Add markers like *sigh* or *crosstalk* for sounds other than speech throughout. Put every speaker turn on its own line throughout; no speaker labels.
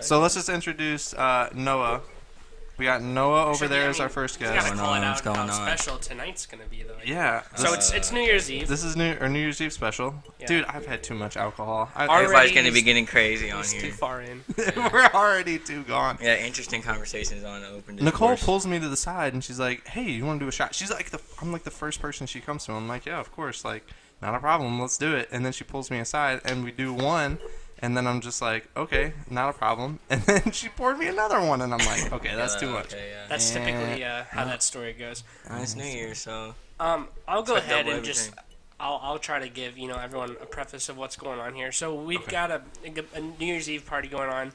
So let's just introduce uh, Noah. We got Noah over there as our first
We gotta
guest.
call it
Going on,
out
what's going
how
on?
special tonight's gonna be though.
Yeah.
So it's it's New Year's Eve.
This is new or New Year's Eve special,
Yeah.
dude. I've had too much alcohol. I,
Already-
Everybody's gonna be getting crazy on
it's too
here.
far in.
*laughs* we're already too gone.
Yeah, interesting conversations on open.
Nicole
Discourse.
pulls me to the side and she's like, "Hey, you want to do a shot?" She's like, the, "I'm like the first person she comes to." I'm like, "Yeah, of course. Like, not a problem. Let's do it." And then she pulls me aside and we do one, and then I'm just like, "Okay, not a problem." *laughs* And then she poured me another one, and I'm like, "Okay, that's
Uh,
too much."
Okay, yeah.
That's
Yeah.
typically uh, how that story goes.
Uh, it's New
*laughs*
Year's, so
Um, I'll go
It's like
ahead
double
and just
everything.
I'll, I'll try to give you know everyone a preface of what's going on here. So we've got a, a New Year's Eve party going on.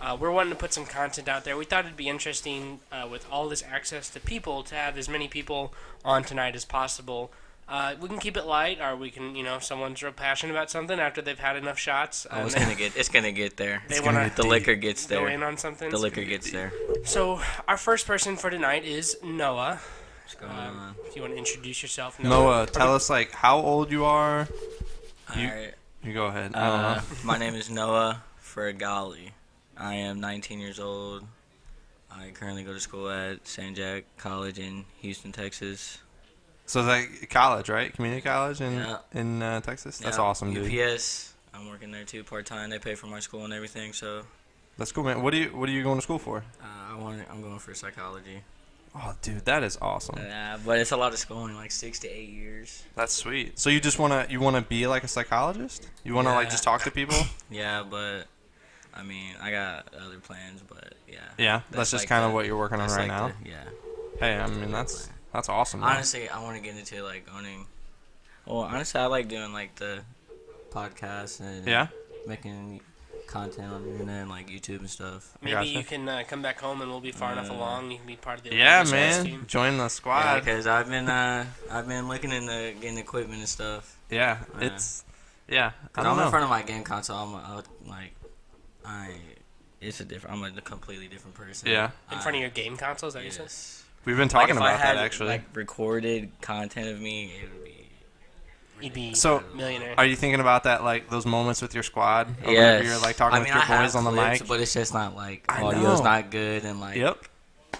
Uh, we're wanting to put some content out there. We thought it'd be interesting uh, with all this access to people to have as many people on tonight as possible. Uh, we can keep it light, or we can, you know, if someone's real passionate about something after they've had enough shots.
oh,
um,
it's gonna get it's gonna get there.
They
It's
wanna
gonna- the
deep.
liquor gets
go in
there.
on something.
The liquor gets there.
So our first person for tonight is Noah.
What's going
Um,
on?
if you want to introduce yourself,
Noah, tell us like how old you are. you-
All right.
You go ahead. Uh-huh. I don't
Uh,
know.
my name is Noah Fergali. I am 19 years old. I currently go to school at San Jack College in Houston, Texas.
So it's like college, right? Community college in
Yeah.
in uh, Texas. That's
Yeah, E
awesome, dude.
UPS. I'm working there too, part time. They pay for my school and everything, so
That's cool, man. What do you What are you going to school for?
uh, I want. I'm going for psychology.
Oh, dude, that is awesome.
Uh, but it's a lot of schooling, like six to eight years.
That's sweet. So you just wanna you wanna be like a psychologist? You wanna like
Yeah.
just talk to
*laughs*
people?
Yeah, but I mean, I got other plans, but yeah.
yeah, that's, just
like
kind of
the-
what you're working on
that's
right now.
like the- yeah.
hey, I mean that's that's awesome. man.
Honestly, I want to get into like owning. Well, honestly, I like doing like the podcast and
yeah.
making content on the internet and like YouTube and stuff.
Maybe
Gotcha.
you can uh, come back home and we'll be far enough
Uh,
along. You can be part of the
Yeah,
Olympics
man.
team.
Join the
Yeah,
squad. Yeah,
because I've been uh, I've been looking into getting equipment and stuff. Yeah.
it's yeah. I
'Cause
don't
I'm in
know.
front of my game console. I'm uh, like, I. It's a different. I'm a completely different person.
Yeah.
In front of your game console, is that what you said?
Yes.
We've been
Like,
talking
if I
about
had,
that actually.
Like recorded content of me, it would be.
You'd be
So,
millionaire.
are you thinking about that like those moments with your squad? Or whenever You're like talking
I mean,
with
I
your
have
boys on the
clips,
mic.
but it's just not like
I
audio's
know.
not good and like.
Yep.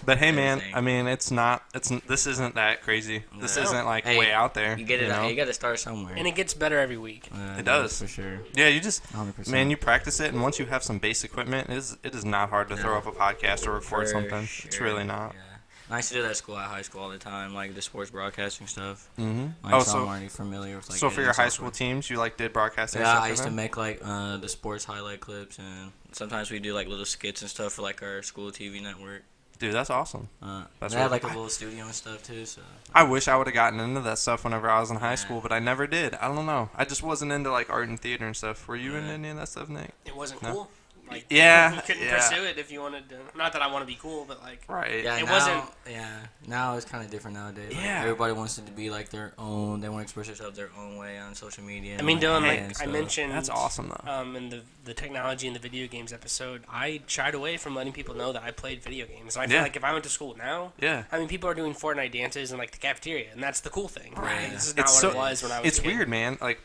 But hey, man.
Everything.
I mean, it's not. It's n- this isn't that crazy. This
No.
isn't like
Hey,
way out there.
You get it.
know?
You got to start somewhere.
and it gets better every week.
Uh,
It
that's
does.
for sure.
Yeah, you just
100%.
man, you practice it, and once you have some base equipment, it is it is not hard to throw up a podcast or record
For
something. It's
sure,
really not.
Yeah. And I used to do that at school at high school all the time, like the sports broadcasting stuff.
hmm
Like,
oh,
so, I'm
so
already familiar with like.
so for
editing
your high school
software.
teams, you like did broadcasting.
Yeah,
stuff
I
for
used to
them?
make like uh, the sports highlight clips, and sometimes we do like little skits and stuff for like our school TV network.
Dude, that's awesome.
Uh,
That's
they had
really-
like a little studio and stuff too. So
I wish I would have gotten into that stuff whenever I was in high
Yeah.
school, but I never did. I don't know. I just wasn't into like art and theater and stuff. Were you into
Yeah.
any of that stuff, Nick?
It wasn't
No.
cool. Like,
Yeah,
You couldn't
yeah.
pursue it if you wanted to. Not that I want to be cool, but like.
Right.
yeah,
It
now-
wasn't-
Yeah, now it's kind of different nowadays. Like,
Yeah.
everybody wants it to be like their own. They want to express themselves their own way on social media.
I mean,
and,
Dylan,
online
like
and
I
stuff.
mentioned.
That's awesome
Oh.
though.
Um, in the the technology and the video games episode, I shied away from letting people know that I played video games. And I feel
Yeah.
like if I went to school now,
yeah.
I mean, people are doing Fortnite dances in like the cafeteria, and that's the cool thing.
Right.
This is not
It's
what
so-
it was when I was.
It's
a kid.
weird, man. Like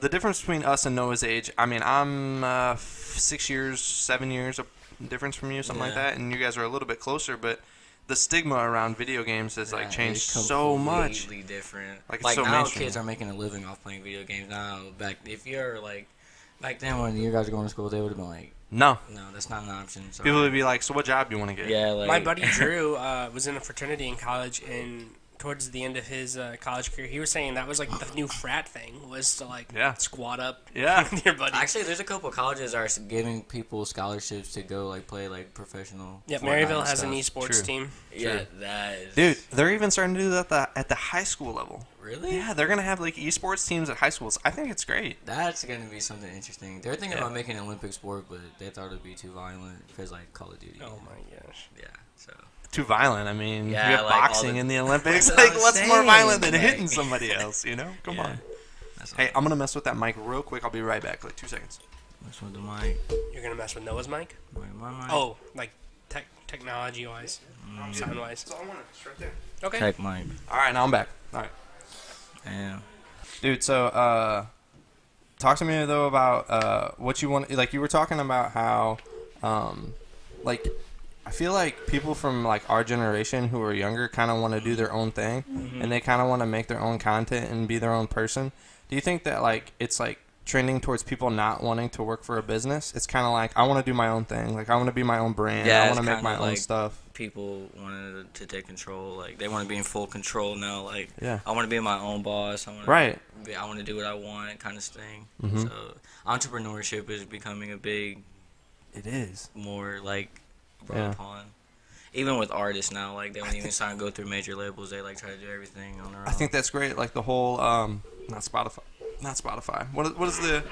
the difference between us and Noah's age. I mean, I'm uh, f- six years, seven years of difference from you, something like
Yeah.
that, and you guys are a little bit closer. But the stigma around video games has
Yeah,
like changed
it's
so much.
Completely different.
Like,
Like,
it's so
now,
mainstream.
kids are making a living off playing video games. Now, back if you're like, back then when you guys were going to school, they would have been like,
No,
no, that's not an option. Sorry.
people would be like, "So what job you want to get?"
yeah, like
My
*laughs*
buddy Drew uh, was in a fraternity in college, and towards the end of his uh, college career, he was saying that was like the new frat thing was to like
Yeah.
squat up
Yeah.
*laughs* with your buddy.
Actually, there's a couple colleges that are giving people scholarships to go like play like professional.
yeah,
Fortnite
Maryville
and
has an
stuff.
esports
True.
team.
Yeah, that is
Dude, they're even starting to do that at the, at the high school level.
Really?
Yeah, they're gonna have like esports teams at high schools. I think it's great.
That's gonna be something interesting. They're thinking
Yeah.
about making an Olympic sport, but they thought it'd be too violent because like Call of Duty.
Oh my gosh!
Yeah. So.
Too violent. I mean,
Yeah,
you have
like, all
boxing
the-
in
*laughs*
the Olympics.
That's what
like,
I'm
what's more
saying,
violent than
like-
hitting somebody else? You know? Come
*laughs* Yeah.
on.
That's
Hey,
all.
I'm gonna mess with that mic real quick. I'll be right back. Like two seconds.
What's with the mic?
You're gonna mess with Noah's mic?
My, my mic.
Oh, like tech technology wise, sound wise.
all I wanted. It's right there.
Okay.
Tech mic.
All right, now I'm back. All right,
Damn.
dude. So, uh, talk to me though about uh, what you want. Like you were talking about how um, like I feel like people from like our generation who are younger kind of want to do their own thing
Mm-hmm.
and they kind of want to make their own content and be their own person. Do you think that like it's like trending towards people not wanting to work for a business? It's kind of like I want to do my own thing. Like I want to be my own brand.
Yeah,
I
it's
want to make
kinda
my own
like-
stuff.
people wanted to take control. Like they want to be in full control now. Like
Yeah.
I want to be my own boss. I want
Right. Mm-hmm.
Be, I want to do what I want, kind of thing. So entrepreneurship is becoming a big,
It is.
more like brought
Yeah.
upon. Even with artists now, like they don't even sign go through major labels. They like try to do everything on their own.
I think that's great. Like the whole um, not Spotify, not Spotify. What is- what is the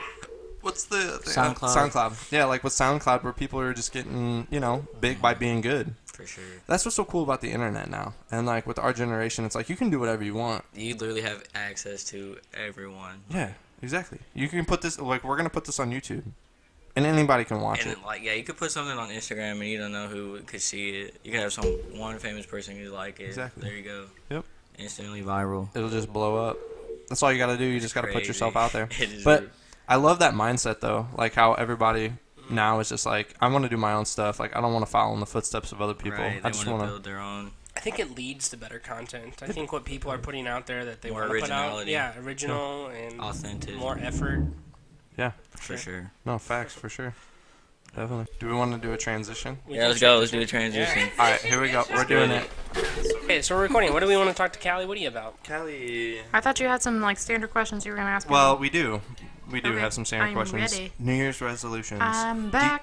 what's the thing? Uh,
SoundCloud.
SoundCloud. Yeah, like with SoundCloud, where people are just getting you know big by being good.
for sure.
That's what's so cool about the internet now. And like with our generation, it's like you can do whatever you want.
You literally have access to everyone,
Yeah, exactly. You can put this like we're gonna put this on YouTube, and anybody can watch
and
it.
then, like yeah, you could put something on Instagram and you don't know who could see it. You could have some one famous person who like it.
Exactly.
There you go.
Yep.
Instantly viral.
It'll just blow up. That's all you gotta do. You just gotta put
crazy.
yourself out there.
*laughs* It is
But
r-
I love that mindset though. Like how everybody now is just like, I want to do my own stuff. Like I don't want to follow in the footsteps of other people.
Right,
I
they
just
want to
want
build their own.
I think it leads to better content. I think what people are putting out there that they
More
want to put out,
originality.
yeah, original and
Authentic.
more effort.
Yeah.
For sure.
No facts for sure. Definitely. Do we want to do a transition?
We
Yeah,
can
let's
check
go.
this
Let's do a transition.
All right, here we go. We're doing it.
Okay, so we're recording. What do we want to talk to Callie Woody about?
Kelly.
I thought you had some like standard questions you were gonna ask. me.
Well, we do. We do
Okay,
have some standard
I'm
questions.
ready.
New Year's resolutions.
I'm
Do-
back.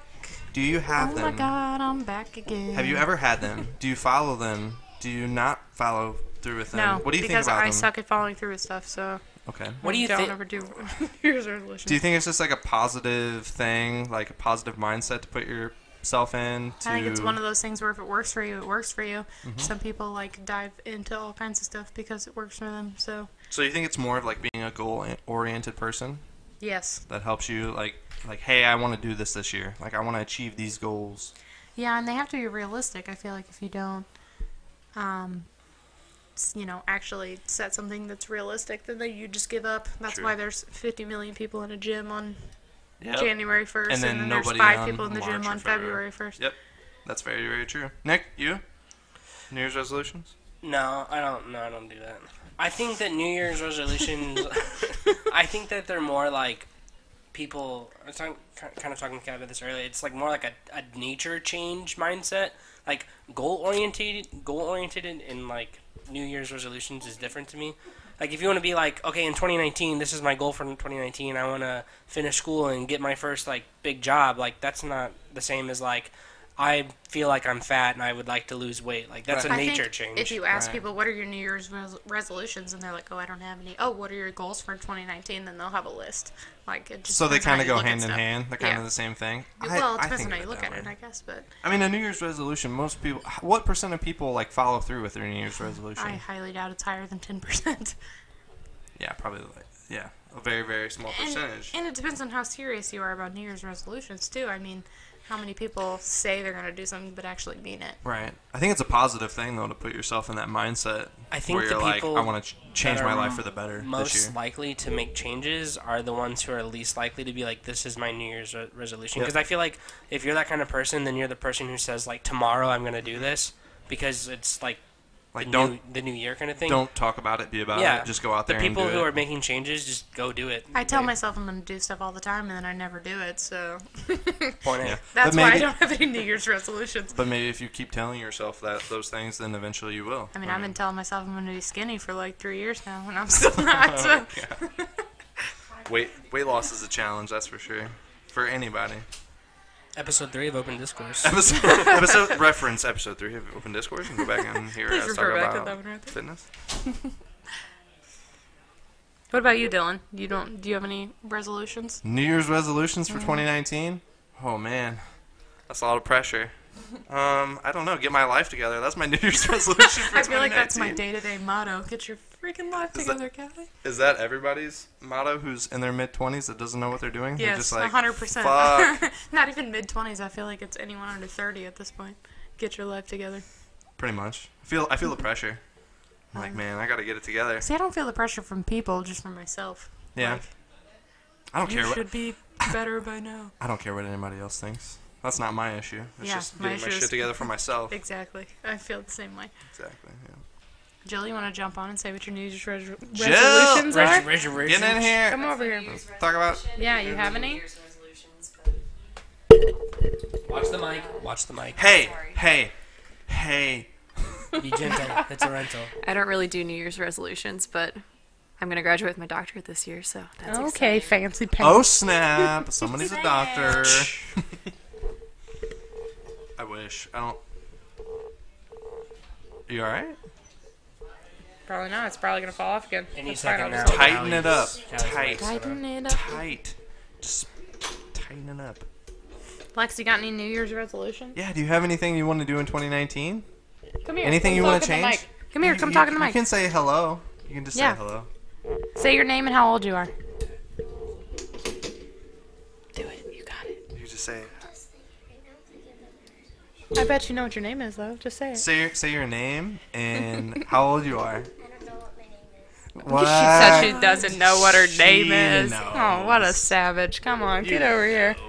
Do, you have
oh
them?
my god, I'm back again.
Have you ever had them? Do you follow them? Do you not follow through with them?
No,
what do you
because
think about
I
them?
suck at following through with stuff. So
Okay.
What do you
don't
think?
ever do *laughs* New Year's resolutions.
Do you think it's just like a positive thing, like a positive mindset to put yourself in? To...
I think it's one of those things where if it works for you, it works for you.
Mm-hmm.
Some people like dive into all kinds of stuff because it works for them. So
So you think it's more of like being a goal-oriented person
yes,
that helps you, like, like, hey, I want to do this this year. Like, I want to achieve these goals.
yeah, and they have to be realistic. I feel like if you don't, um, s- you know, actually set something that's realistic, then they, you just give up. That's
True.
why there's 50 million people in a gym on
Yeah.
January 1st, and
And
then,
then
there's
nobody on
five people in the
March
gym
or
on
February.
February 1st.
Yep. That's very, very true. Nick, you? New Year's resolutions?
No, I don't. No, I don't do that. I think that New Year's resolutions. I think that they're more like people. I was talking, kind of talking to Kat about this earlier. It's like more like a, a nature change mindset, like goal oriented, goal oriented, and like New Year's resolutions is different to me. Like if you want to be like, okay, in 2019, this is my goal for 2019. I want to finish school and get my first like big job. Like that's not the same as like. I feel like I'm fat and I would like to lose weight. Like that's
Right.
a
I
nature
think
change.
If you ask
Right.
people, what are your New Year's res- resolutions, and they're like, oh, I don't have any. Oh, what are your goals for 2019? Then they'll have a list. Like, it just
So they
depends on
kind of
how you
go
look at
hand in
stuff.
hand. They're kind
Yeah.
of the same thing. I-
well, it
I
depends
think
on how you
of
look
that
at it,
way.
I guess. But
I mean, a New Year's resolution. Most people. What percent of people like follow through with their New Year's resolution?
I highly doubt it's higher
*laughs*
than 10%.
Yeah, probably. Like, yeah, a very very small
and,
percentage.
and it depends on how serious you are about New Year's resolutions, too. I mean, how many people say they're going to do something but actually mean it?
right. I think it's a positive thing though to put yourself in that mindset.
I think
where
the
you're like,
people
I want to ch- change
that
my
are
life for the better this
most
year.
likely to make changes are the ones who are least likely to be like, this is my New Year's re- resolution.
Yep.
Because I feel like if you're that kind of person, then you're the person who says like, tomorrow I'm gonna do this because it's like
Like,
the
don't
new, the new year kind of thing.
don't talk about it. Be about
yeah,
it. Just go out there.
The people
and do
who
it.
are making changes just go do it.
I tell
Like,
myself I'm going to do stuff all the time, and then I never do it. So
point
Yeah.
it.
that's
But
why I
maybe-
don't have any New Year's resolutions.
But maybe if you keep telling yourself that those things, then eventually you will.
I mean, I've been *laughs* telling myself I'm going to be skinny for like three years now,
*laughs*
and I'm still not. So.
Weight weight loss is a challenge. That's for sure. For anybody. *laughs*
Episode three of Open Discourse.
episode, episode reference episode three of Open Discourse and go back and hear
Please
us talk
refer back to
about
that one right there.
fitness.
What about you, Dylan? You don't? Do you have any resolutions?
New Year's resolutions
Mm.
for 2019? Oh man, that's a lot of pressure. Um, I don't know. Get my life together. That's my New Year's *laughs* resolution for
I feel like that's my
2019.
day-to-day motto. Get your freaking life
Is that-
together, Kathy.
Is that everybody's motto? Who's in their mid 20s that doesn't know what they're doing? they're
Yes,
just like,
hundred percent.
Fuck.
*laughs* Not even mid twenties. I feel like it's anyone under thirty at this point. Get your life together.
Pretty much. I feel I feel the pressure. I'm
Um,
like, man, I gotta get it together.
See, I don't feel the pressure from people, just from myself.
Yeah.
Like,
I don't
you
care. What,
should be better by now.
*laughs* I don't care what anybody else thinks. That's not my issue. It's
Yeah,
just
my
getting my,
issue is-
shit together
*laughs*
for myself.
Exactly. I feel the same way.
Exactly. Yeah.
Jill, you want to jump on and say what your New Year's res-
Jill!
resolutions are?
Res- resolutions.
Getting in here.
Come over here.
Year's
Talk about-
resolution.
Yeah, you have
New
any?
Year's resolutions, but-
Watch the mic. Watch the mic.
Hey,
Sorry.
hey, hey.
Be gentle. *laughs* It's a rental.
I don't really do New Year's resolutions, but I'm gonna graduate with my doctorate this year, so that's
Okay,
exciting.
fancy pants.
*laughs* Oh snap! Somebody's a
*laughs*
doctor. I wish. I don't. You all right?
Probably not. It's probably gonna fall off again.
Any
That's fine,
second
I'll
now.
just-
Tighten it up.
Callie's- Callie's
Tight.
mic's gonna-
Tighten it up.
Tight. Just tighten it up.
Lex, you got any New Year's resolutions?
Yeah. Do you have anything you want to do in 2019?
Come here.
Anything
come
you wanna
talk in the
change?
mic. Come here. Come
you,
talk in the
you
mic.
can say hello. You can just
Yeah.
say hello.
Say your name and how old you are.
Do it. You got it.
You just say
I bet you know what your name is though. Just say it.
say your, say your name
*laughs*
and how old you are.
I don't know what my name is.
What?
She said she doesn't know what her
Uh, She
name is.
knows.
Oh, what a savage. Come on, get over here.
Um,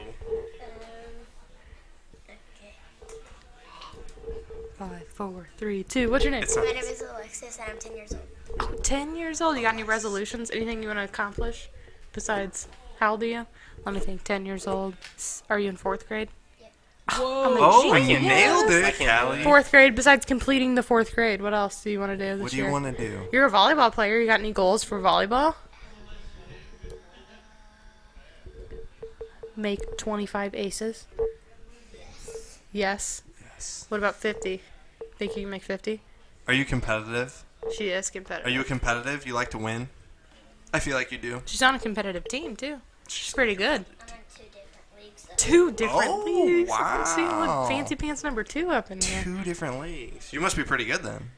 Five, four, three, two. What's your name?
It's not.
My name is Alexis, and I'm 10 years old.
Ten years old. You got any resolutions? Anything you want to accomplish besides how old are you? Let me think. Ten years old. S- Are you in fourth grade?
Whoa.
Oh, you
Genius.
nailed
I
it,
can't
Callie.
Fourth grade. Besides completing the fourth grade, what else do you want to do this
What do
year?
you want to do?
You're a volleyball player. You got any goals for volleyball? Make 25 aces. Yes.
Yes.
What about 50? Think you can make 50?
Are you competitive?
She is
Are
competitive.
you competitive? You like to win? I feel like you do.
She's on a competitive team, too. She's pretty good.
I'm on two different leagues. though.
Two different
Oh,
leagues. See,
wow.
look, fancy pants number two up in here.
Two different leagues. You must be pretty good then.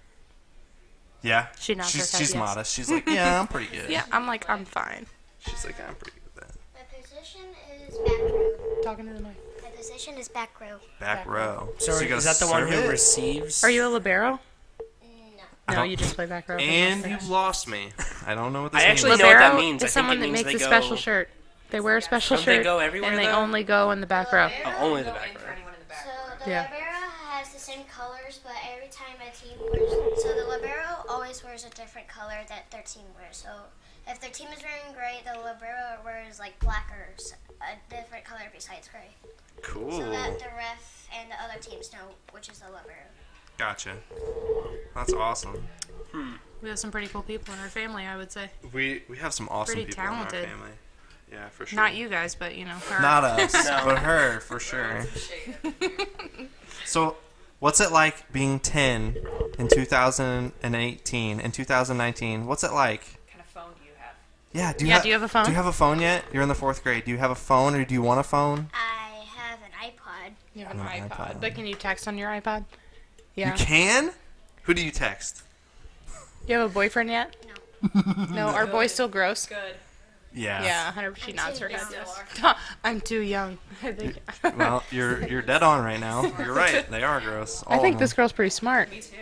Yeah.
She nods
she's,
her head
She's
yes.
modest.
*laughs*
She's like, yeah, I'm pretty good.
Yeah, I'm like, I'm fine.
She's like, I'm pretty good then.
My position is back row.
Talking to the mic.
My position is back row.
Back row.
Sorry,
you gotta
is that the one
serve
who
it?
receives?
Are you a libero?
No.
No,
don't-
you just play back row.
And you lost me. I don't know what this
I
means.
actually know- what
Libero
that means. I
is
think
someone
it
that
means
makes
they
a special
go-
shirt. They wear a special
Don't they
shirt,
go everywhere,
and they
though?
only go in the back row.
Oh, only the back row.
So the
Yeah.
libero has the same colors, but every time a team wears, so the libero always wears a different color that their team wears. So if their team is wearing gray, the libero wears like black or s- a different color besides gray,
Cool.
so that the ref and the other teams know which is the libero.
Gotcha. That's awesome.
We have some pretty cool people in our family, I would say.
We we have some awesome
Pretty
people in
talented.
our family. Yeah, for sure.
Not you guys, but you know,
*laughs*
her.
Not us, but her for sure. *laughs* so, what's it like being 10 in 2018 and 2019? What's it like?
kind of phone do you have?
Yeah, do you,
Yeah,
ha-
do you have a phone?
Do you have a phone yet? You're in the fourth grade. Do you have a phone or do you want a phone?
I have an iPod.
you have an
Not an
iPod.
iPod.
But can you text on your iPod? Yeah.
You can? Who do you text?
You have a
*laughs*
boyfriend yet? No. no, are boys still gross?
Good.
Yeah.
Yeah, 100 She nods her head.
young.
yes. *laughs* I'm too young. *laughs* I think,
*laughs* Well, you're you're dead on right now. You're
*laughs*
right. They are gross.
I
all
think
of
this
them.
girl's pretty smart.
Me too.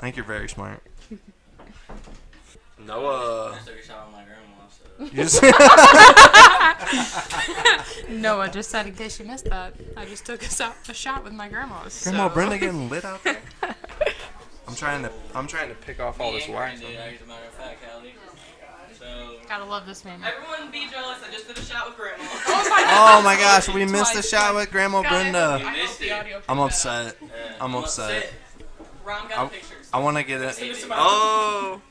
I think you're very smart. Noah.
I took a shot on my grandma, so.
You just *laughs*
Noah just said, in case you missed that, I just took a, so- a shot with my grandma. so-
Grandma Brenda *laughs* getting lit out there. I'm trying to I'm trying to pick off all this wax.
Dude, as a matter of fact, Callie. So.
Gotta love this man.
Everyone be jealous. I just did a shot with grandma.
Oh my gosh, we missed the shot with Grandma
You
Brenda.
missed it.
I'm upset. I'm upset.
Ron got
I,
the pictures.
I want to get it.
Oh.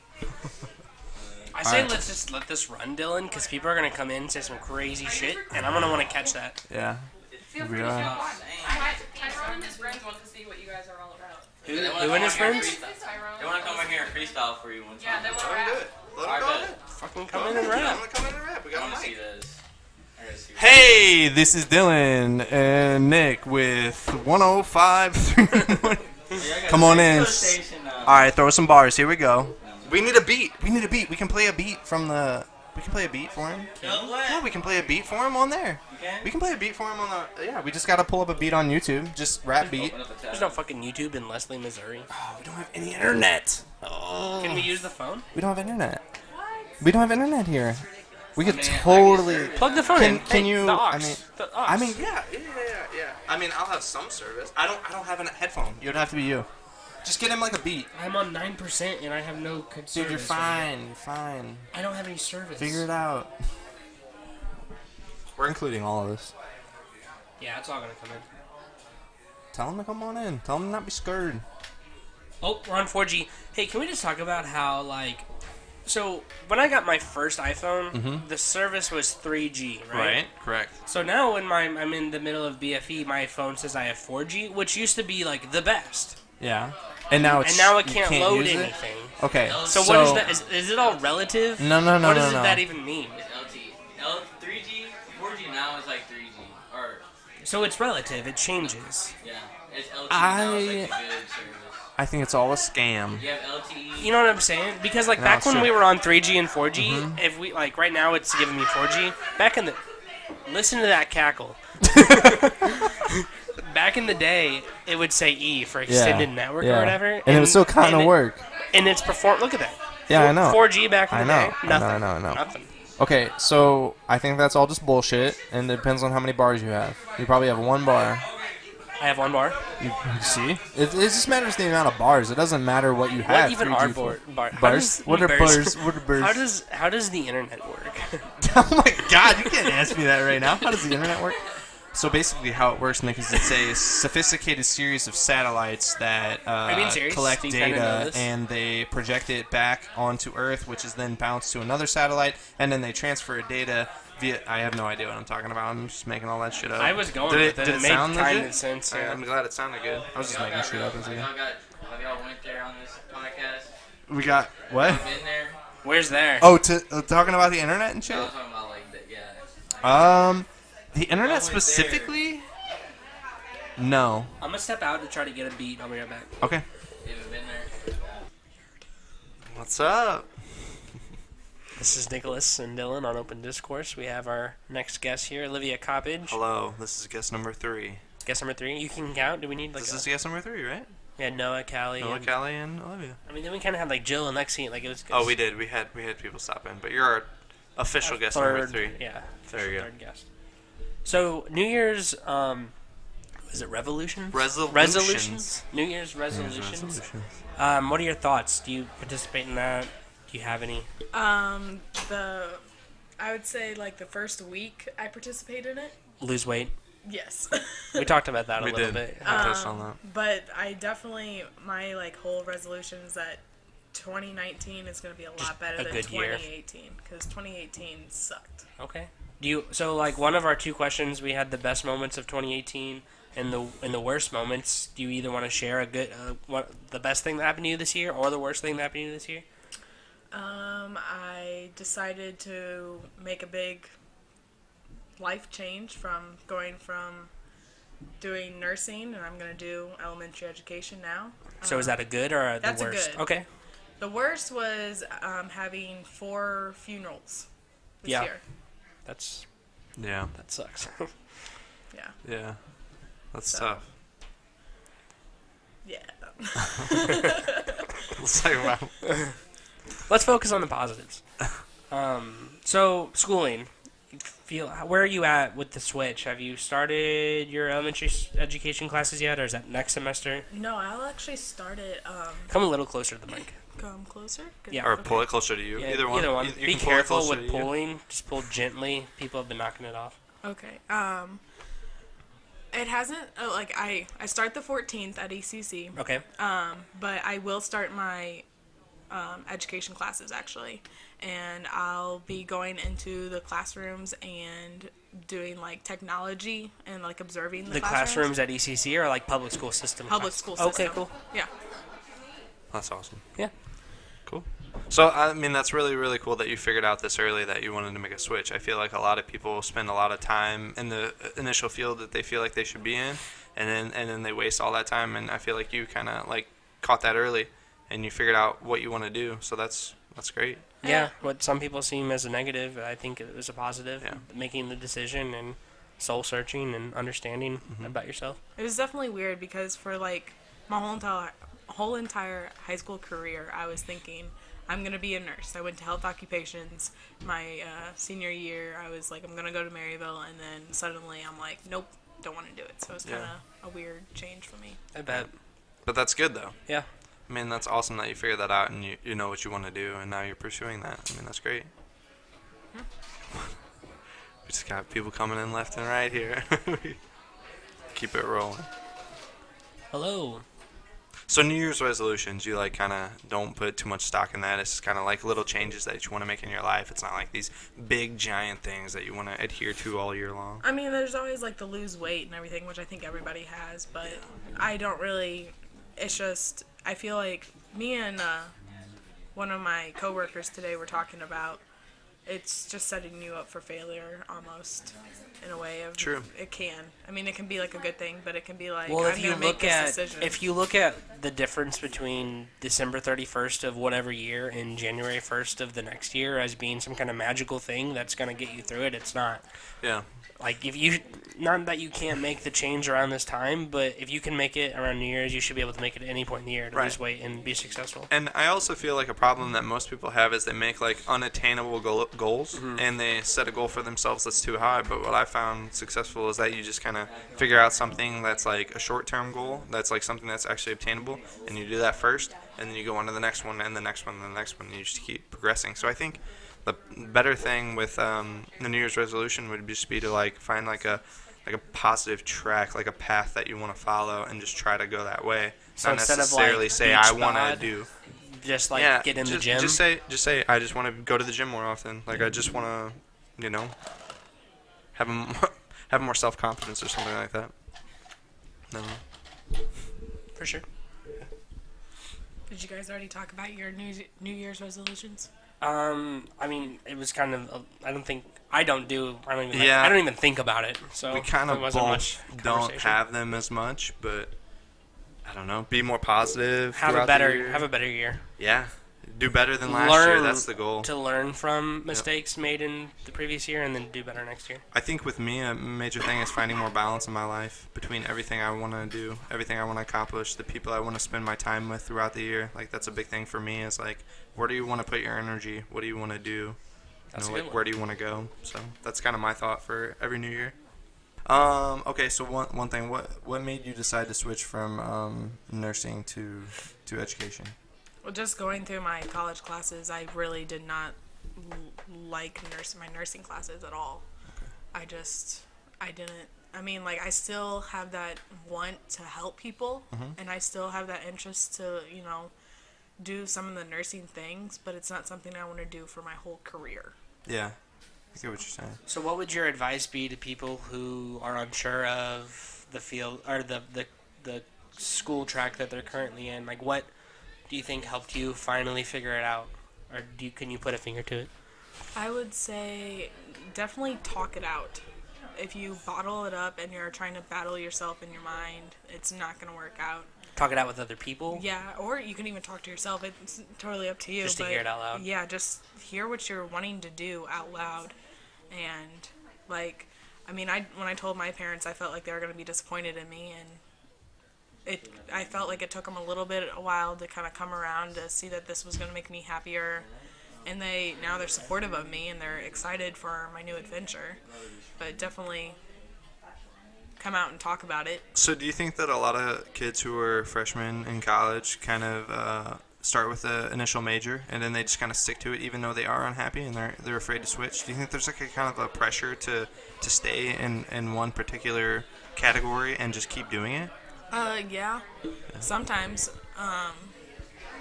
I say
Alright.
let's just let this run, Dylan, because people are gonna come in and say some crazy shit, and I'm gonna want to catch that.
Yeah. We are.
Ty- Tyrone and his friends want to see what you guys are all about.
Who, who and his friends?
Tyrone.
They want to come over here and freestyle for you one
Yeah,
time.
they want to rap.
I bet.
Fucking come in and rap.
I want to see this. I gotta see what-
Hey, this is Dylan and Nick with 105.
Yeah, I got
Come on
the
in.
radio station now.
*laughs* All right, throw some bars. Here we go. We need a beat. We need a beat. We can play a beat from the. We can play a beat for him.
No way.
Yeah, we can play a beat for him on there.
Okay.
We can play a beat for him on the. Yeah, we just gotta pull up a beat on YouTube. Just rap beat.
Open up a tab.
There's no fucking YouTube in Leslie, Missouri.
Oh, we don't have any internet.
Can we use the phone?
We don't have internet. We don't have internet here. We could
Man, I guess
totally.
there is.
Plug the phone
Can-
in.
can
Hey,
you-
The
I
aux.
mean-
The but us.
I mean, yeah, yeah, yeah, yeah. I mean, I'll have some service. I don't. I don't have a headphone. It would have to be you. Just get him like a beat,
I'm on nine percent and I have no good
dude. You're
service right now.
fine. You're fine.
I don't have any service.
Figure it out. We're including all of this.
Yeah, it's all gonna come in.
Tell him to come on in. Tell him not be scared.
Oh, we're on 4G. Hey, can we just talk about how like so when I got my first iPhone, the service was 3G, Mm-hmm. right?
Correct.
So now when my I'm in the middle of BFE, my phone says I have 4G, which used to be like the best.
Yeah. And now it's
And now it
you
can't, load
use it?
anything.
Okay.
So, what is that? Is, is it all relative?
No, no, no,
What does
no,
it-
no.
that even mean?
It's LT. L 3G, 4G now is like 3G. Or
So it's relative. It changes.
yeah, it's LTE now is
I
like the good service.
I think it's all a scam.
You have LTE.
You know what I'm saying? Because like
No,
back when
sure. Mm-hmm.
we were on 3G and 4G, if we like right now it's giving me 4G. Back in the listen to
*laughs*
that cackle. back in the day, it would say E for extended network or whatever,
And, it would still kind
and
of
it-
work.
And it's perform. Look at that.
Yeah, I know.
4G back in
I
the
know,
day.
I know,
Nothing.
I know, I know.
Nothing.
Okay, so I think that's all just bullshit, and it depends on how many bars you have. You probably have one bar.
I have one bar.
See? It, it just matters the amount of bars. It doesn't matter what you have.
What even
3G,
are
4G.
bar? bar how
Bars?
does-
What are
bars?
bars? What are bars?
How does how does the internet work?
*laughs* oh my god, you can't ask me that right now. How does the internet work? So basically, how it works, Nick, is it's a sophisticated series of satellites that uh,
being serious?
collect
Do you kinda know
data
this?
and they project it back onto Earth, which is then bounced to another satellite, and then they transfer data via. I have no idea what I'm talking about. I'm just making all that shit up.
I was going
Did
with
it,
it.
did
It
it
made
sound
kind
legit?
of sense,
I-
yeah.
I'm glad it sounded good. I was just
Y'all
making
got
shit
real,
up.
like,
as I
y'all got, like, y'all went there on this podcast.
go. We got what?
Been there.
*laughs* Where's there?
Oh, to, uh, talking about the internet and shit.
I was talking about like that. Yeah. Like,
Um, the
there.
internet specifically? No.
I'm gonna step out to try to get a beat. I'll be right back.
Okay.
you haven't been there.
What's up?
This is Nicholas and Dylan on Open Discourse. We have our next guest here, Olivia Coppage.
Hello. This is guest number three.
Guest number three. You can count. Do we need like
This
a,
is guest number three, right?
yeah Noah, Callie?
Noah,
and-
Callie, and Olivia.
I mean, then we kind of had like Jill and Lexi. Like it was.
Oh, we did. We had we had people stop in, but you're our official guest number
third.
three.
Yeah.
There you go.
Third guest. So New Year's, um, is it revolutions?
Resolutions.
Resolutions. New Year's resolutions. Um, what are your thoughts? Do you participate in that? Do you have any?
Um, the I would say like the first week I participated in it.
Lose weight.
Yes.
*laughs* We talked about that
We
a little
did.
bit.
We touched on
Um,
that.
but I definitely my like whole resolution is that 2019 is going to be a lot
Just
better
a
than
good year.
2018 because 2018 sucked.
Okay. Do you so like one of our two questions? We had the best moments of 2018 and the and the worst moments. Do you either want to share a good uh, what the best thing that happened to you this year or the worst thing that happened to you this year?
Um, I decided to make a big life change from going from doing nursing and I'm going to do elementary education now.
So is that a good or a,
Uh, That's
the
a
worst?
good.
Okay.
The worst was um, having four funerals this
Yeah.
year.
That's
Yeah.
that sucks. *laughs*
Yeah.
Yeah. That's
So.
tough. *laughs*
Yeah.
Let's talk about.
Let's focus on the positives. Um, so schooling. Feel where are you at with the switch? Have you started your elementary s- education classes yet, or is that next semester?
No, I'll actually start it. Um,
Come a little closer to the mic.
come closer. Good.
Yeah.
or pull it closer to you.
Yeah,
either one.
Either one.
You- you
Be
can pull it
careful
closer
with
to you.
pulling. Just pull gently. People have been knocking it off.
Okay. Um, it hasn't. Oh, like I I start the 14th at ECC,
Okay.
but I will start my um, education classes actually, and I'll be going into the classrooms and doing like technology and like observing the,
the
classrooms.
classrooms at ECC are like public school system.
Public
class-
school system.
Okay, cool.
Yeah.
That's awesome.
Yeah.
Cool. So I mean, that's really really cool that you figured out this early that you wanted to make a switch. I feel like a lot of people spend a lot of time in the uh, initial field that they feel like they should be in, and then and then they waste all that time. And I feel like you kind of like caught that early, and you figured out what you want to do. So that's that's great.
Yeah. What some people seem as a negative, I think it was a positive.
Yeah.
Making the decision and soul
Mm-hmm.
searching and understanding about yourself.
It was definitely weird because for like my whole entire whole entire high school career, I was thinking, I'm going to be a nurse. I went to health occupations my uh, senior year. I was like, I'm going to go to Maryville. And then suddenly I'm like, nope, don't want to do it. So it was
Yeah.
kind of a weird change for me.
I bet.
But that's good though.
Yeah.
I mean, that's awesome that you figured that out and you, you know what you want to do, and now you're pursuing that. I mean, that's great. *laughs* we just got people coming in left and right here. *laughs* Keep it rolling.
Hello.
So, New Year's resolutions, you like kind of don't put too much stock in that. It's kind of like little changes that you want to make in your life. It's not like these big, giant things that you want to adhere to all year long.
I mean, there's always like the lose weight and everything, which I think everybody has, but I don't really. It's just I feel like me and uh, one of my coworkers today were talking about. It's just setting you up for failure almost, in a way of
True.
It can. I mean, it can be like a good thing, but it can be like
Well,
I'm
if you
gonna make
look
this
at
decision.
if you look at the difference between December 31st of whatever year and January 1st of the next year as being some kind of magical thing that's going to get you through it, it's not.
Yeah.
Like if you not that you can't make the change around this time, but if you can make it around New Year's, you should be able to make it at any point in the year to
Right.
lose weight and be successful.
And I also feel like a problem that most people have is they make like unattainable goal- goals and they set a goal for themselves that's too high. But what I found successful is that you just kind of figure out something that's like a short term goal, that's like something that's actually obtainable, and you do that first, and then you go on to the next one, and the next one, and the next one, and you just keep progressing. So I think the better thing with um, the New Year's resolution would just be to like find like a like a positive track, like a path that you want to follow, and just try to go that way.
So
Not
instead of, like,
necessarily say
beach
I want
bod,
to do
Just like get in
just,
the gym.
Just say, just say, I just want to go to the gym more often. Like I just want to, you know, have a m- *laughs* have more self confidence or something like that. No,
for sure.
Did you guys already talk about your New New Year's resolutions?
Um, I mean, it was kind of. uh, I I don't think I don't do. I don't even. like-
Yeah.
I don't even think about Oh, it. So
we kind
there
of
wasn't much
both don't
conversation.
have them as much, but I don't know. Be more positive.
have
throughout
a
the
better
year.
have a better year.
yeah. Do better than last year.
Learn
That's the goal.
To learn from mistakes made in the previous year and then do better next year.
I think with me, a major thing is finding more balance in my life between everything I want to do, everything I want to accomplish, the people I want to spend my time with throughout the year. Like that's a big thing for me. Is like, where do you want to put your energy? What do you want to do?
That's
you
a
know,
good
like,
one.
where do you want to go? So that's kind of my thought for every new year. Um, okay, so one one thing, what what made you decide to switch from um, nursing to to education?
Well, just going through my college classes, I really did not l- like nurse my nursing classes at all. I just I didn't. I mean, like I still have that want to help people, and I still have that interest to you know do some of the nursing things, but it's not something I want to do for my whole career.
Yeah, I get what you're saying.
So, what would your advice be to people who are unsure of the field or the the, the school track that they're currently in? Like, what do you think helped you finally figure it out, or do you, can you put a finger to it?
I would say definitely talk it out. If you bottle it up and you're trying to battle yourself in your mind, it's not going to work out.
Talk it out with other people.
Yeah, or you can even talk to yourself. It's totally up to you.
Just to
but
hear it out loud.
Yeah, just hear what you're wanting to do out loud, and like, I mean, I when I told my parents, I felt like they were gonna be disappointed in me, and it. I felt like it took them a little bit a while to kind of come around to see that this was gonna make me happier, and they now they're supportive of me and they're excited for my new adventure, but definitely come out and talk about it.
So, do you think that a lot of kids who are freshmen in college kind of uh, start with the initial major and then they just kind of stick to it, even though they are unhappy and they're they're afraid to switch? Do you think there's like a kind of a pressure to to stay in in one particular category and just keep doing it?
Uh, yeah. Sometimes, um,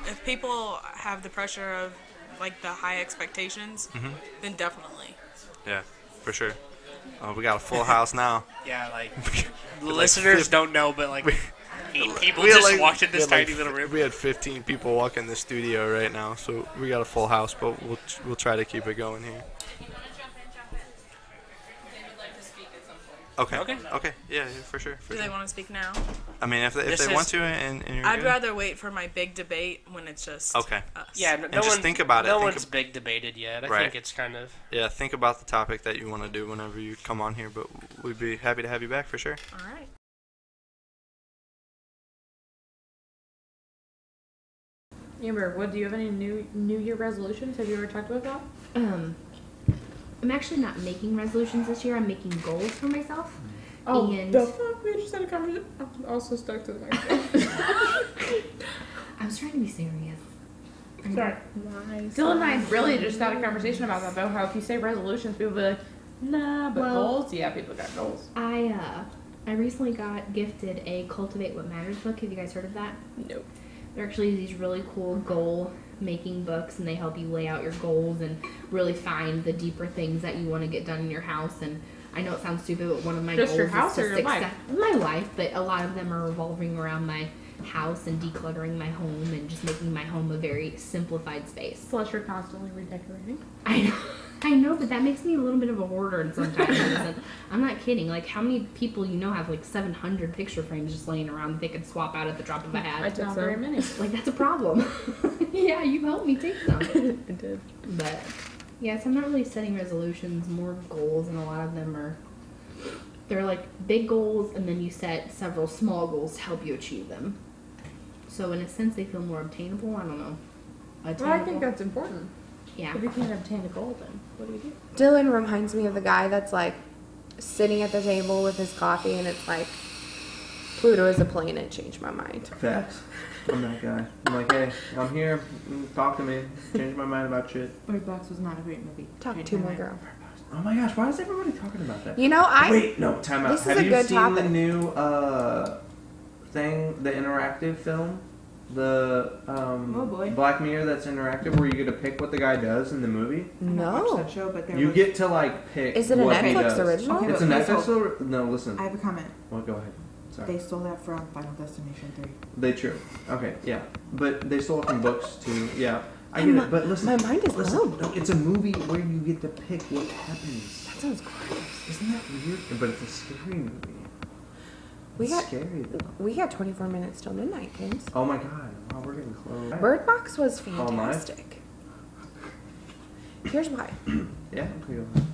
if people have the pressure of like the high expectations,
Mm-hmm.
then definitely.
Yeah, for sure. Oh, we got a
*laughs*
full house now.
Yeah,
*laughs*
like the listeners don't know, but like eight people just walked in this tiny little room.
We had 15 people walk in the studio right now, so we got a full house, but we'll we'll try to keep it going here.
If you want to jump in, jump in. They would like to speak at some point.
Okay.
Okay.
Okay. Yeah, yeah, for sure. For
Do
sure.
they want to speak now?
I mean, if they, if
This
they
is-
want to, and, and you're
I'd
good.
rather wait for my big debate when it's just
Okay.
us.
Yeah, no, no
just
one-
think about it,
No
think
one's
ab-
big debated yet. I
Right.
think it's kind of
Yeah, think about the topic that you want to do whenever you come on here, but we'd be happy to have you back for sure.
All right.
Amber, what do you have any new New Year resolutions? Have you ever talked about that?
Um, I'm actually not making resolutions this year. I'm making goals for myself. and
Oh, the fuck! We just had a conversation. I'm also stuck to the microphone.
I was trying to be serious. I
Sorry.
Lies.
Dylan and I really just had a conversation about that, though. How if you say resolutions, people be like, nah, but
Well-
goals? Yeah, people got goals.
I uh, I recently got gifted a Cultivate What Matters book. Have you guys heard of that?
Nope.
They're actually these really cool goal making books and they help you lay out your goals and really find the deeper things that you want to get done in your house and I know it sounds stupid, but one of my
Just
goals
your house
is to
or your
success-
life?
my life, but a lot of them are revolving around my house and decluttering my home and just making my home a very simplified space.
Plus, you're constantly redecorating.
I know, *laughs* I know, but that makes me a little bit of a hoarder sometimes. And *laughs* I'm not kidding. Like, how many people you know have like 700 picture frames just laying around that they could swap out at the drop of a hat?
I took Not some. very many.
Like, that's a problem. *laughs* yeah, you helped me take
*laughs*
some.
I did.
But yeah, so I'm not really setting resolutions, more of goals, and a lot of them are they're like big goals, and then you set several small goals to help you achieve them. So in a sense, they feel more obtainable. I don't know.
Well, I think that's important.
yeah.
If you can't obtain a goal, then what do you do?
Dylan reminds me of the guy that's like sitting at the table with his coffee and it's like Pluto is a planet changed my mind.
Facts. I'm that guy. I'm like, hey, I'm here. Mm, Talk to me. Change my mind about shit.
Bird Box was not a great movie.
Talk to my girl.
Oh my gosh, why is everybody talking about that?
You know, I-
wait. No, time out.
This is
Have
a
you
good
seen the
topic.
new uh, thing, the interactive film, the um,
Oh, boy.
Black Mirror that's interactive, where you get to pick what the guy does in the movie?
No.
That show, but there
You
was-
get to like pick.
Is it a
what he
Netflix
does.
original?
Oh,
Okay,
It's a
but
Netflix.
people-
Or, no, listen.
I have a comment.
Well, go ahead. Sorry.
They stole that from Final Destination 3.
They true. Okay, yeah. But they stole it from books too. Yeah. I get it, but listen. My mind is listen, no, It's a movie where you get to pick what happens.
That sounds gross.
Isn't that weird? But it's a scary movie.
We
It's
got
scary though.
we got 24 minutes till midnight, kids.
Oh my god. Wow, we're getting close.
Bird Box was
All night?
fantastic. Here's why.
Yeah, I'm pretty good.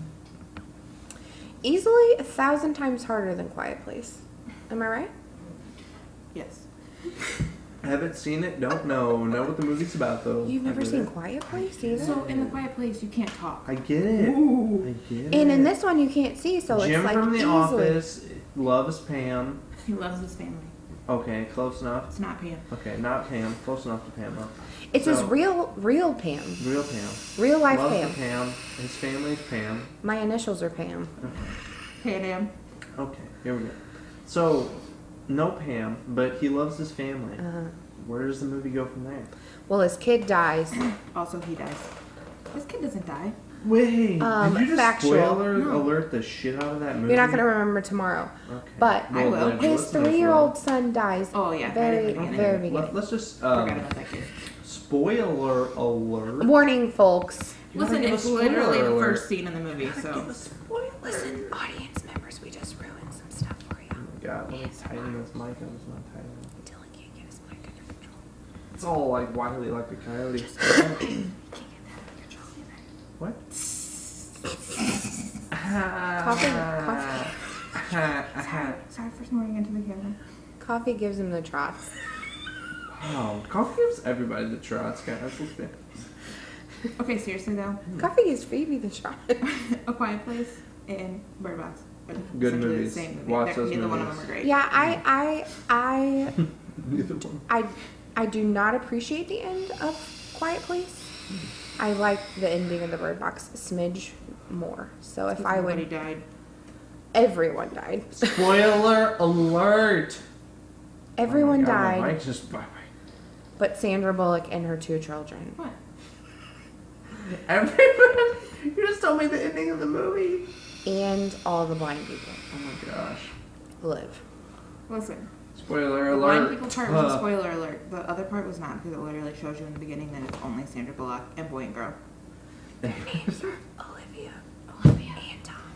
Easily a thousand times harder than Quiet Place. Am I right?
Yes.
Haven't seen it, don't know. Know what the movie's about though.
You've
I
never
get
seen
it.
Quiet Place either?
So in the quiet place, you can't talk.
I get it.
Ooh.
I get it.
and in this one you can't see, so
Jim
it's like
from the
easily.
office loves Pam.
*laughs* He loves his family.
Okay, close enough.
It's not Pam.
Okay, not Pam. Close enough to Pam though.
It's
So-
his real real Pam.
Real Pam.
Real life
Loves
Pam.
the Pam. His family's Pam.
My initials are Pam.
Pan Am.
Okay, here we go. So, no Pam, but he loves his family.
Uh,
Where does the movie go from there?
well, his kid dies.
Also, he dies. This kid doesn't die.
Wait,
Um,
did you just
factual.
spoiler
No.
alert the shit out of that movie?
You're not gonna remember tomorrow,
Okay.
but
Well,
I will.
then
his
let's not
three-year-old son dies.
Oh, yeah.
very
Right at the
very
spoil. Let,
beginning.
let's just
Forgot
um,
about that kid.
spoiler alert.
Warning, folks.
You wanna
Listen,
give a
it's literally
spoiler
the
alert.
first scene in the movie, so.
Listen, audience members, we just ruined some stuff for you.
Oh my God, let me tighten this mic up. It's not tightened.
Dylan can't get his mic under control.
It's all like wily, like the coyote. what?
Coffee, coffee,
Sorry for snoring into the camera.
coffee gives him the trots.
Wow, coffee gives everybody the trots, guys. Hmm. Let's be-
Okay, seriously though,
Coffee gives Phoebe the trots.
*laughs* A Quiet Place and Bird Box. are
Good
essentially
movies.
The same movie.
Watch
They're-
those
neither one of them
movies.
are great.
Yeah, I, I,
Neither one.
I, I, I do not appreciate the end of Quiet Place. I like the ending of the Bird Box a smidge more. So if I
Everybody
would,
died.
everyone died.
Spoiler alert!
*laughs* Everyone
Oh my God, my
died,
mic just- my
but Sandra Bullock and her two children.
What?
mic- Everyone, *laughs* you just told me the ending of the movie.
And all the blind people
Oh my gosh!
live.
Listen,
Spoiler
the
alert!
blind people part was a
Huh.
spoiler alert. The other part was not because it literally shows you in the beginning that it's only Sandra Bullock and Boy and Girl.
Olivia, Olivia, and Tom.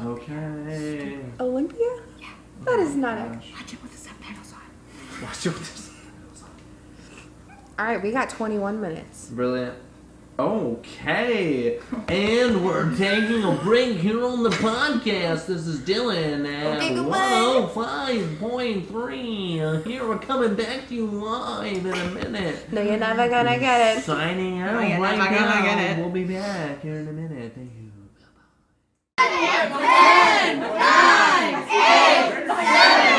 okay.
Olympia? Yeah. That is not it.
Gosh.
Watch it with the subtitles on.
Watch it with this.
All right, we got 21 minutes.
Brilliant.
Okay, and we're taking a break here on the podcast. This is Dylan at
Okay, goodbye.
105.3. Here we're coming back to you live in a minute.
No, you're never gonna get it.
Signing out
No, you're
right
never gonna
now.
Oh, get it.
We'll be back here in a minute. Thank you.
Ten, nine, eight, seven,